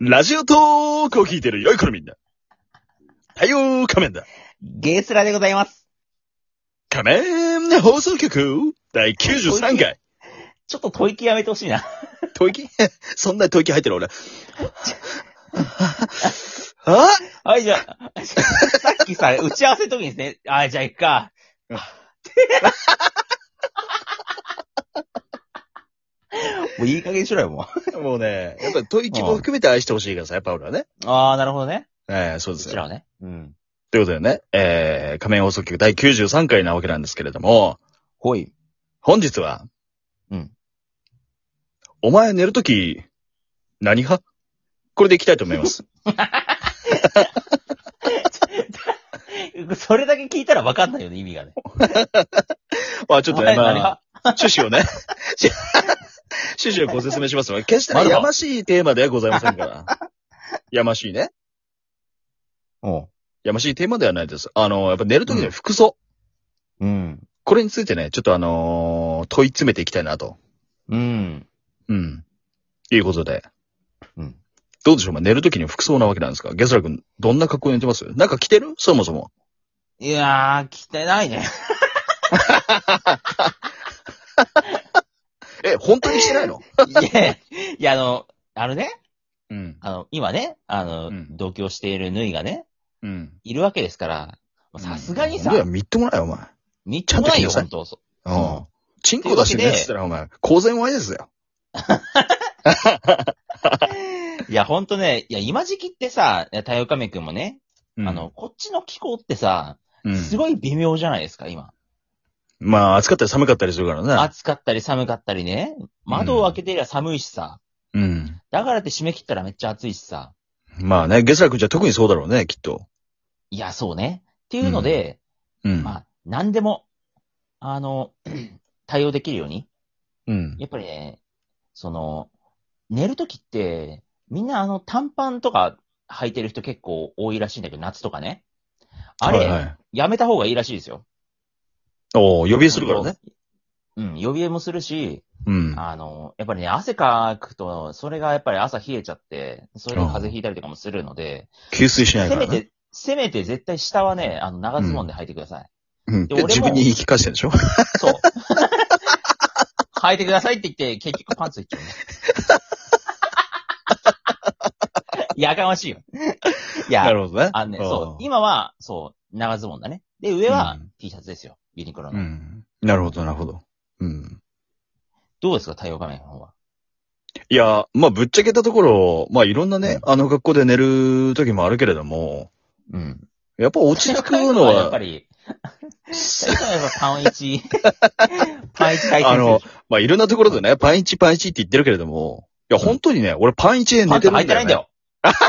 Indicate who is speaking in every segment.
Speaker 1: ラジオトークを聞いてる良い子のみんな。太陽仮面だ。
Speaker 2: ゲースラでございます。
Speaker 1: 仮面放送局第93回。
Speaker 2: ちょっと吐息やめてほしいな。
Speaker 1: 吐息そんな吐息入ってる俺。あ
Speaker 2: はい、じゃあ、 さっきさ、打ち合わせの時にですね、あ、じゃあ行くか。
Speaker 1: うん
Speaker 2: もういい加減にしろよ、もう。
Speaker 1: もうね、やっぱり吐息も含めて愛してほしいからさ、やっぱ俺はね。
Speaker 2: ああ、なるほどね。
Speaker 1: ええそう
Speaker 2: こ
Speaker 1: です
Speaker 2: ち
Speaker 1: よ。
Speaker 2: らをね。うん。
Speaker 1: ということでね、ええ仮面放送局第93回なわけなんですけれども、
Speaker 2: ほい。
Speaker 1: 本日は、
Speaker 2: うん。
Speaker 1: お前寝るとき、何派これでいきたいと思います。
Speaker 2: それだけ聞いたら分かんないよね、意味がね。
Speaker 1: まあちょっと
Speaker 2: お
Speaker 1: ね、
Speaker 2: 前
Speaker 1: ま
Speaker 2: 何
Speaker 1: あ
Speaker 2: が、
Speaker 1: 趣旨をね、 趣旨をご説明しますので、決してね、
Speaker 2: まだ
Speaker 1: やましいテーマではございませんから。やましいね。
Speaker 2: お
Speaker 1: やましいテーマではないです。あの、やっぱ寝るときの服装。
Speaker 2: う。うん。
Speaker 1: これについてね、ちょっとあのー問い詰めていきたいなと。
Speaker 2: うん。
Speaker 1: うん。いうことで。
Speaker 2: うん。
Speaker 1: どうでしょうまあ寝るときの服装なわけなんですかゲスラ君、どんな格好に寝てますなんか着てるそもそも。
Speaker 2: いやー、汚いね。
Speaker 1: え、本当に着てないの
Speaker 2: いや、いや、あの、あのね、
Speaker 1: うん。
Speaker 2: あの、今ね、あの、
Speaker 1: うん
Speaker 2: 同居しているぬいがね、
Speaker 1: うん。
Speaker 2: いるわけですから、さすがにさ
Speaker 1: い、や、みっともないよ、お前。
Speaker 2: みっともないよ、
Speaker 1: ちゃ
Speaker 2: ほ
Speaker 1: ん
Speaker 2: んと。そ
Speaker 1: うん。チンコ出して寝てたら、お前、公然わいですよ。
Speaker 2: いや、ほんとね、いや、今時期ってさ、いや太陽亀くんもね、
Speaker 1: うん
Speaker 2: あの、、こっちの気候ってさ、
Speaker 1: うん
Speaker 2: すごい微妙じゃないですか、今。
Speaker 1: まあ、暑かったり寒かったりするからね。
Speaker 2: 暑かったり寒かったりね、窓を開けてりゃ寒いしさ、
Speaker 1: うん。
Speaker 2: だからって締め切ったらめっちゃ暑いしさ、
Speaker 1: まあね、ゲスラ君じゃ特にそうだろうね、きっと。
Speaker 2: いや、そうね。っていうので、
Speaker 1: うん。
Speaker 2: まあ、なんでも、あの、 対応できるように、
Speaker 1: うん。
Speaker 2: やっぱりね、その、寝るときって、みんなあの短パンとか履いてる人結構多いらしいんだけど、夏とかね。あれ、
Speaker 1: はいはい、
Speaker 2: やめた方がいいらしいですよ。
Speaker 1: おお呼びするからね。
Speaker 2: うん、予備もするし、
Speaker 1: うん。
Speaker 2: あの、やっぱりね、汗かくと、それがやっぱり朝冷えちゃって、それで風邪ひいたりとかもするので、
Speaker 1: 吸水しない
Speaker 2: せ
Speaker 1: から
Speaker 2: め
Speaker 1: ね。
Speaker 2: て、せめて絶対下はね、あの、長ズボンで履いてください。
Speaker 1: うん。で
Speaker 2: で俺も
Speaker 1: 自分に言い聞かせてるでしょ
Speaker 2: そう。履いてくださいって言って、結局パンツいっちゃうね。いややかましいよ。い
Speaker 1: な
Speaker 2: や、
Speaker 1: るほどね。
Speaker 2: あのね、
Speaker 1: ん
Speaker 2: そう、。今は、そう、長ズボンだね。で、上は
Speaker 1: うん
Speaker 2: T シャツですよ。ユニクロ
Speaker 1: う
Speaker 2: の。
Speaker 1: ん。なるほど、なるほど。うん。
Speaker 2: どうですか、太陽画面の方は。
Speaker 1: いや、まあ、ぶっちゃけたところ、まあ、いろんなね、
Speaker 2: う
Speaker 1: あの格好で寝る時もあるけれども、
Speaker 2: うん。
Speaker 1: やっぱ落ち着くの
Speaker 2: やっぱ
Speaker 1: は、
Speaker 2: り、太陽画面はパ ン一、パン一回
Speaker 1: あの
Speaker 2: 転する。
Speaker 1: まあ、いろんなところでね、パンイチパンイチって言ってるけれども、いや、本当にね、俺パンイチで寝
Speaker 2: パン
Speaker 1: て
Speaker 2: ツ
Speaker 1: るんだよ、ね。
Speaker 2: 履いてないんだよ。
Speaker 1: だか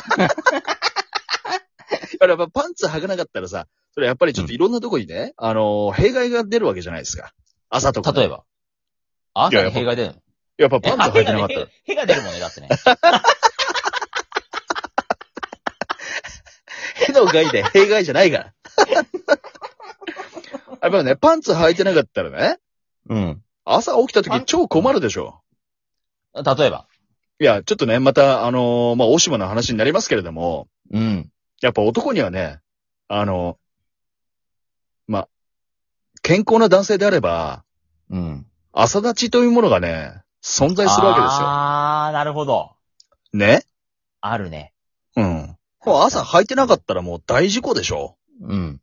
Speaker 1: らやっぱパンツ履かなかったらさ、それやっぱりちょっといろんなとこにね、あのー、弊害が出るわけじゃないですか。朝とか、
Speaker 2: 例え
Speaker 1: ば。
Speaker 2: ば。朝
Speaker 1: いやや
Speaker 2: に
Speaker 1: っぱ
Speaker 2: 弊害出るの
Speaker 1: やっぱ
Speaker 2: え
Speaker 1: パンツ履いてなかったら。
Speaker 2: あ屁が出る屁が出るもんね、だってね。
Speaker 1: 屁の害で弊害じゃない から。やっぱね、パンツ履いてなかったらね、
Speaker 2: うん。
Speaker 1: 朝起きた時超困るでしょ。
Speaker 2: 例えば。
Speaker 1: いや、ちょっとね、また、あのーまあ、大島の話になりますけれども、
Speaker 2: うん。
Speaker 1: やっぱ男にはね、あのまあ、健康な男性であれば、
Speaker 2: うん。
Speaker 1: 朝立ちというものがね、存在するわけですよ。
Speaker 2: あー、なるほど。
Speaker 1: ね
Speaker 2: あるね。
Speaker 1: うん。もう朝履いてなかったらもう大事故でしょ
Speaker 2: うん。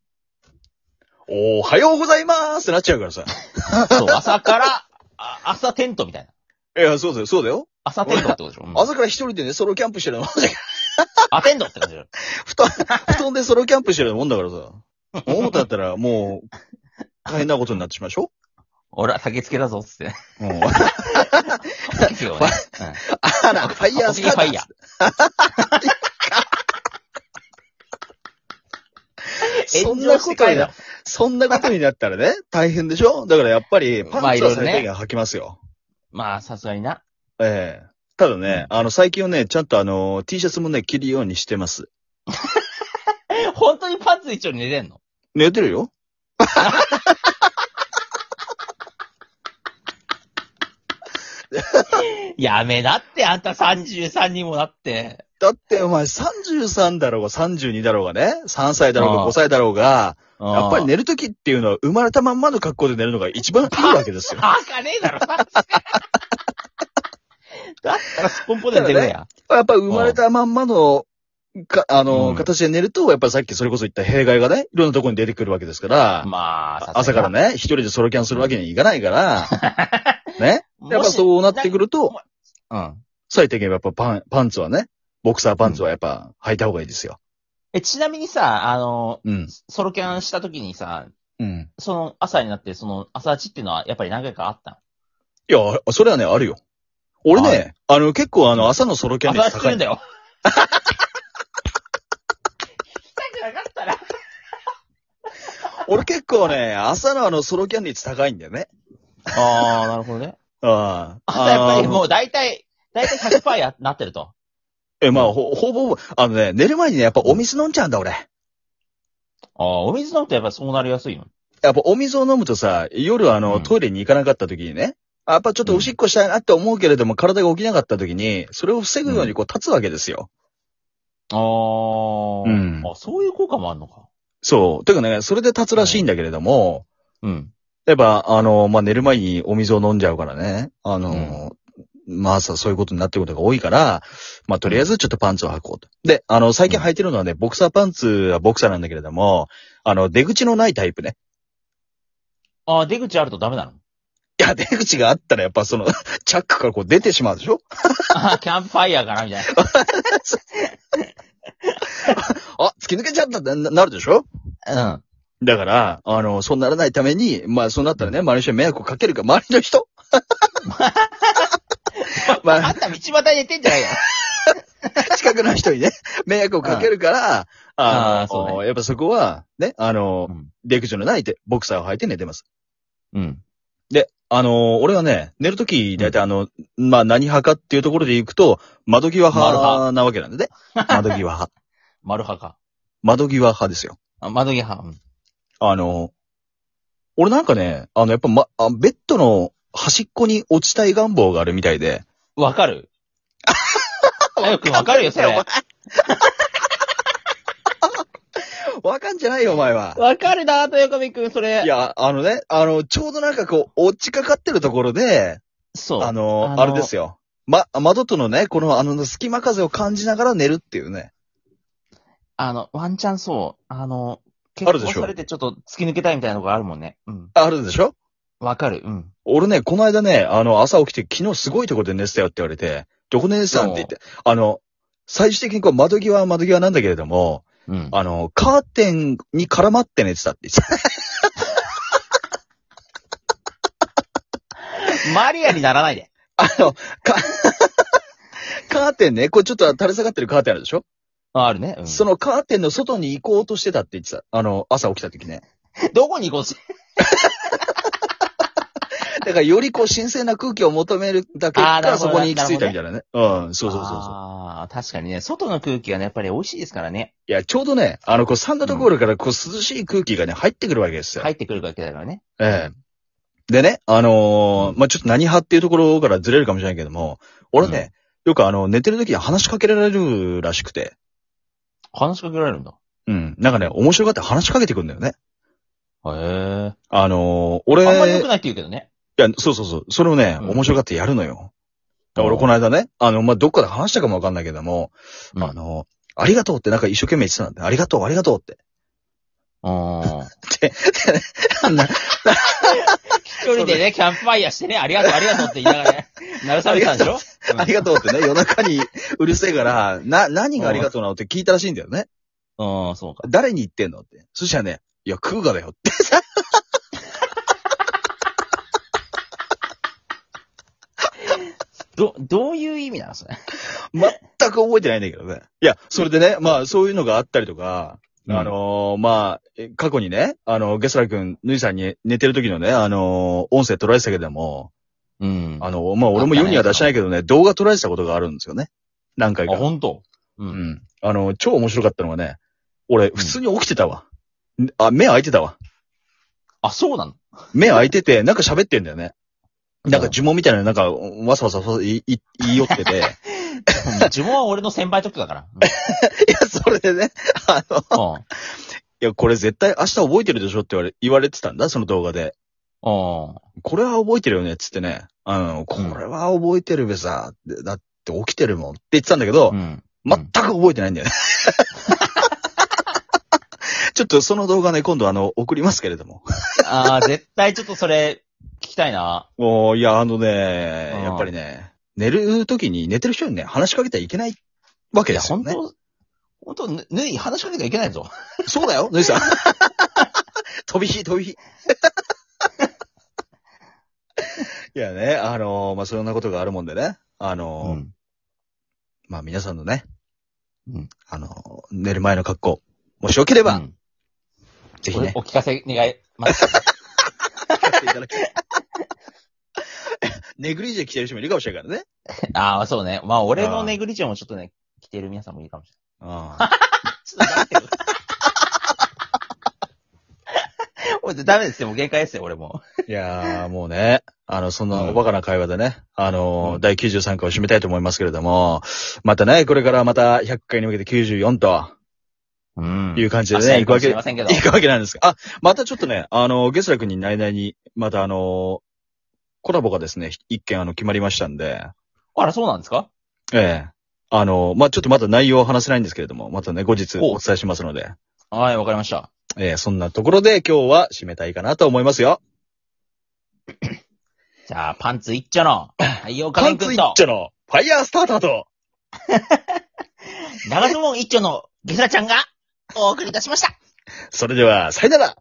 Speaker 1: おはようございますってなっちゃうからさ。
Speaker 2: そう、朝から、あ朝テントみたいな。
Speaker 1: いや、そうだよ、そうだよ。
Speaker 2: 朝テントってことでしょ、うん
Speaker 1: 朝から一人でね、ソ ロキャンプしてるの、
Speaker 2: アテンドって感じだよ。
Speaker 1: 布団、布団でソロキャンプしてるもんだからさ。思ったったらもう、大変なことになってしまうでしょ
Speaker 2: 俺は竹付けだぞ、つって。
Speaker 1: うん。
Speaker 2: ですよね。
Speaker 1: あら、ファイヤースカー
Speaker 2: ファイヤー。
Speaker 1: そんなことに
Speaker 2: だ
Speaker 1: な、そんなことになったらね、大変でしょだからやっぱり、パンツ
Speaker 2: まあいろ
Speaker 1: はい
Speaker 2: ろ
Speaker 1: 最
Speaker 2: ね
Speaker 1: 低限履きますよ。
Speaker 2: まあ、さすがにな。
Speaker 1: ええただね、あの、最近はね、ちゃんとあの、T シャツもね、着るようにしてます。
Speaker 2: 本当にパンツ一丁に寝てんの
Speaker 1: 寝てるよ。
Speaker 2: やめなって、あんた33にもなって。
Speaker 1: だってお前33だろうが32だろうがね、3歳だろう
Speaker 2: あ
Speaker 1: が
Speaker 2: あ
Speaker 1: 5歳だろうが、や
Speaker 2: や
Speaker 1: っぱり。寝るときっていうのは生まれたまんまの格好で寝るのが一番いいわけ ですよ。
Speaker 2: バカねえだろ、だったらすっぽんぽんで寝てくれや。
Speaker 1: やっぱり生まれたまんまの、か、あの、
Speaker 2: うん
Speaker 1: 形で寝ると、やっぱりさっきそれこそ言った弊害がね、いろんなところに出てくるわけですから、
Speaker 2: まあ、
Speaker 1: 朝から
Speaker 2: ね。
Speaker 1: ね、一人でソロキャンするわけにいかないから、ね。やっぱ
Speaker 2: う。
Speaker 1: そうなってくる
Speaker 2: も
Speaker 1: と、
Speaker 2: うん。
Speaker 1: 最低限やっぱパン、パンツはね、ボクサーパンツはやっぱ履いた方がいいですよ。
Speaker 2: え、ちなみにさ、あの、
Speaker 1: うん。
Speaker 2: ソロキャンした時にさ、
Speaker 1: うん。
Speaker 2: その朝になって、その朝立ちっていうのはやっぱり何回かあったの
Speaker 1: いや、それはね、あるよ。俺
Speaker 2: は
Speaker 1: ね、あの、結構あの、朝のソロキャン率
Speaker 2: 朝立ちす
Speaker 1: 高
Speaker 2: る
Speaker 1: い
Speaker 2: んだ。よ。したくなかったら。
Speaker 1: 俺結構ね、朝のあの、ソロキャン率高いんだよね。
Speaker 2: ああ、なるほどね。
Speaker 1: ああ。
Speaker 2: 朝やっぱり
Speaker 1: あの
Speaker 2: もう大体、大体100%や、なってると。
Speaker 1: え、まあ、ほ、ほぼほぼ、あのね、寝る前にね、やっぱお水飲んじゃうんだ、俺。
Speaker 2: ああ、お水飲むとやっぱそうなりやすいの。
Speaker 1: やっぱお水を飲むとさ、夜あの、
Speaker 2: うん
Speaker 1: トイレに行かなかった時にね、やっぱちょっとおしっこしたいなって思うけれども、体が起きなかった時に、それを防ぐようにこう立つわけですよ。
Speaker 2: ああ、
Speaker 1: うん
Speaker 2: あ、そういう効果もあるのか。
Speaker 1: そう。てかね、それで立つらしいんだけれども、
Speaker 2: うん。
Speaker 1: やっぱ、あの、まあ、寝る前にお水を飲んじゃうからね、あの、まあ朝そういうことになってることが多いから、まあ、とりあえずちょっとパンツを履こうと。で、あの、最近履いてるのはね、ボクサーパンツはボクサーなんだけれども、あの、出口のないタイプね。
Speaker 2: ああ、出口あるとダメなの
Speaker 1: いや、出 口があったらやっぱその、 チャックからこう出てしまうでしょ
Speaker 2: ああ、キャンプファイヤーかなみたい
Speaker 1: あ、突き抜けちゃったってななるでしょ
Speaker 2: な。 うん。
Speaker 1: だから、あの、そうならないために、まあ、そうなったらね、周りの人に迷惑をかけるか、周りの人ま
Speaker 2: あ
Speaker 1: あ、
Speaker 2: んた道端に寝てんじゃないよ。
Speaker 1: 近くの人にね、迷惑をかけるから、
Speaker 2: あ
Speaker 1: あ
Speaker 2: あそうね
Speaker 1: のやっぱそこは、ね、あの、
Speaker 2: うん
Speaker 1: 出口のないで、ボクサーを履いて寝てます。
Speaker 2: うん。
Speaker 1: あの、俺はね、寝るとき、だいたいあの、まあ、何派かっていうところで行くと、窓際
Speaker 2: 窓
Speaker 1: 派
Speaker 2: 派
Speaker 1: なわけなんで ね。窓際派。
Speaker 2: 丸派か。
Speaker 1: 窓際派ですよ。
Speaker 2: あ窓際派。うん
Speaker 1: あの、俺なんかね、あの、やっぱ、ま、あベッドの端っこに落ちたい願望があるみたいで。
Speaker 2: わか るあよくわかるよ、それ。
Speaker 1: わかんじゃないよ、お前は。
Speaker 2: わかるな、豊上くん、それ。
Speaker 1: い、や、あのね、あの、ちょうどなんかこう、落ちかかってるところで、
Speaker 2: そう。
Speaker 1: あの、
Speaker 2: あ
Speaker 1: あ
Speaker 2: の
Speaker 1: れですよ。ま、窓とのね、この、あの、隙間風を感じながら寝るっていうね。
Speaker 2: あの、ワンチャンそう。あの、結
Speaker 1: ある
Speaker 2: 婚
Speaker 1: でしょ
Speaker 2: されてちょっと突き抜けたいみたいなとこあるもんね。うん。
Speaker 1: あるでしょ
Speaker 2: わかる。うん。
Speaker 1: 俺ね、この間ね、あの、朝起きて、昨日すごいとこで寝てたよって言われて、どこで寝てたんって言って、あの、最終的にこう、窓際は窓際なんだけれども、
Speaker 2: うん。
Speaker 1: あの、カーテンに絡まって寝てたって言ってた。
Speaker 2: マリアにならないで。
Speaker 1: あの、か、カーテンね、これちょっと垂れ下がってるカーテンあるでしょ
Speaker 2: ああるね。うん、
Speaker 1: そのカーテンの外に行こうとしてたって言ってた。あの、朝起きた時ね。
Speaker 2: どこに行こうとし
Speaker 1: だからよりこう新鮮な空気を求めるだけ
Speaker 2: あー
Speaker 1: か
Speaker 2: なる
Speaker 1: ら
Speaker 2: ほ
Speaker 1: そ
Speaker 2: ど
Speaker 1: こに行き着いたみたいなね。うん、そうそうそうそう。
Speaker 2: ああ、確かにね。外の空気がね、やっぱり美味しいですからね。
Speaker 1: いや、ちょうどね、あの、こうサンダルゴールからこう涼しい空気がね、入ってくるわけですよ。
Speaker 2: 入ってくるわけだからね。
Speaker 1: ええでね、あの
Speaker 2: う
Speaker 1: ーまあ、ちょっと何派っていうところからずれるかもしれないけども、俺ね、よくあの、寝てる時に話しかけられるらしくて、
Speaker 2: 話しかけられるんだ。
Speaker 1: うん、なんかね、面白がって話しかけてくるんだよね。
Speaker 2: へえ。
Speaker 1: あのー俺、
Speaker 2: あんまり良
Speaker 1: い
Speaker 2: くないって言うけどね。
Speaker 1: や、そうそうそう、それをね、
Speaker 2: うん
Speaker 1: 面白がってやるのよ。だから俺この間ね、あの、まあ、どっかで話したかもわかんないけども、
Speaker 2: うん
Speaker 1: あの、ありがとうってなんか一生懸命言ってたんで、ありがとう、ありがとうって。
Speaker 2: うん。
Speaker 1: な
Speaker 2: 一人でね、キャンプファイヤーしてね、ありがとう、ありがとうって言いながらね、鳴らされてたんでしょ
Speaker 1: ありがとうってね、夜中にうるせえから、な、何がありがとうなのって聞いたらしいんだよね。
Speaker 2: うん、うんそうか。
Speaker 1: 誰に言ってんのって。そしたらね、いや、空がだよってさ。
Speaker 2: ど、どういう意味なのそれ。
Speaker 1: 全く覚えてないんだけどね。いや、それでね、まあ、そういうのがあったりとか、
Speaker 2: うん
Speaker 1: あのーまあ、え過去にね、あの、ゲスラ君、ヌイさんに寝てる時のね、あのー音声捉えてたけども、
Speaker 2: うん。
Speaker 1: あの、まあ、俺も世には出してないけどね、動画捉えてたことがあるんですよね。何回か
Speaker 2: あ、。本当。う
Speaker 1: う。ん。あの、超面白かったのがね、俺、普通に起きてたわ。んあ、目開いてたわ。
Speaker 2: あ、そうなの
Speaker 1: 目開いてて、なんか喋ってんだ よね。なんか呪文みたいなのなんか、わさわさわさ言い言い言い寄ってて、
Speaker 2: 自分は俺の先輩トップだ から。う
Speaker 1: いや、それでね、あの、
Speaker 2: んうん。
Speaker 1: いや、これ絶対明日覚えてるでしょって言われ、言われてたんだ、その動画で。
Speaker 2: うん。
Speaker 1: これは覚えてるよね、つってね。あの、これは覚えてるべさ、でだって起きてるもんって言ってたんだけど、
Speaker 2: うん。
Speaker 1: 全く覚えてないんだよ ね。ちょっとその動画ね、今度あの、送りますけれども。
Speaker 2: ああ、絶対ちょっとそれ、聞きたいな。
Speaker 1: もう、いや、あのね
Speaker 2: う、ん
Speaker 1: やっぱりね、寝る時に寝てる人にね、話しかけてはいけないわけ
Speaker 2: い
Speaker 1: で
Speaker 2: や、
Speaker 1: すよ
Speaker 2: 本
Speaker 1: ね。
Speaker 2: 当本当ぬ、ぬい、話しかけなきゃいけないぞ。
Speaker 1: そうだよ、ぬいさん。飛び火、飛 び火。いやね、あのまあ、そんなことがあるもんでね。あの
Speaker 2: うん。
Speaker 1: まあ、皆さんのね、
Speaker 2: うん
Speaker 1: あの寝る前の格好、もしよければ、
Speaker 2: うん
Speaker 1: ぜひね
Speaker 2: お、お聞かせ願います。
Speaker 1: やっていただき ネグリジェ着てる人もいるかもしれないからね。
Speaker 2: ああ、そうね。まあ、俺
Speaker 1: あ
Speaker 2: の
Speaker 1: ー
Speaker 2: ネグリジェもちょっとね、着てる皆さんもいるかもしれ
Speaker 1: あ
Speaker 2: ない。ちょっと待って ください俺ダメですよ。もう限界ですよ、俺も。
Speaker 1: あいやー、もうね、あの、そんな
Speaker 2: うん
Speaker 1: おバカな会話でね、あのー
Speaker 2: うん
Speaker 1: 第93回を締めたいと思いますけれども、またね、これからまた100回に向けて94と
Speaker 2: うん
Speaker 1: いう感じで
Speaker 2: 明
Speaker 1: ね、
Speaker 2: 日
Speaker 1: 行
Speaker 2: る
Speaker 1: く
Speaker 2: か
Speaker 1: わけ
Speaker 2: もしれ
Speaker 1: で
Speaker 2: ま、せんけど。
Speaker 1: 行くわけなんですが、あ、またちょっとね、あの、ゲスラ君に内々に、またあの、コラボがですね、一件あの、決まりましたんで、
Speaker 2: あら、そうなんですか
Speaker 1: ええあの、まあ、ちょっとまだ内容は話せないんですけれども、またね、後日お伝えしますので、
Speaker 2: はい、わかりました。
Speaker 1: ええそんなところで今日は締めたいかなと思いますよ。
Speaker 2: じゃあ、パンツいっち ゃの。はい、よ、
Speaker 1: パ
Speaker 2: か
Speaker 1: ン
Speaker 2: ん
Speaker 1: ツ
Speaker 2: くん
Speaker 1: 一
Speaker 2: と。
Speaker 1: 丁のファイヤースターターと、
Speaker 2: 長ズボン一丁のゲスラちゃんがお送りいたしました。
Speaker 1: それでは、さよなら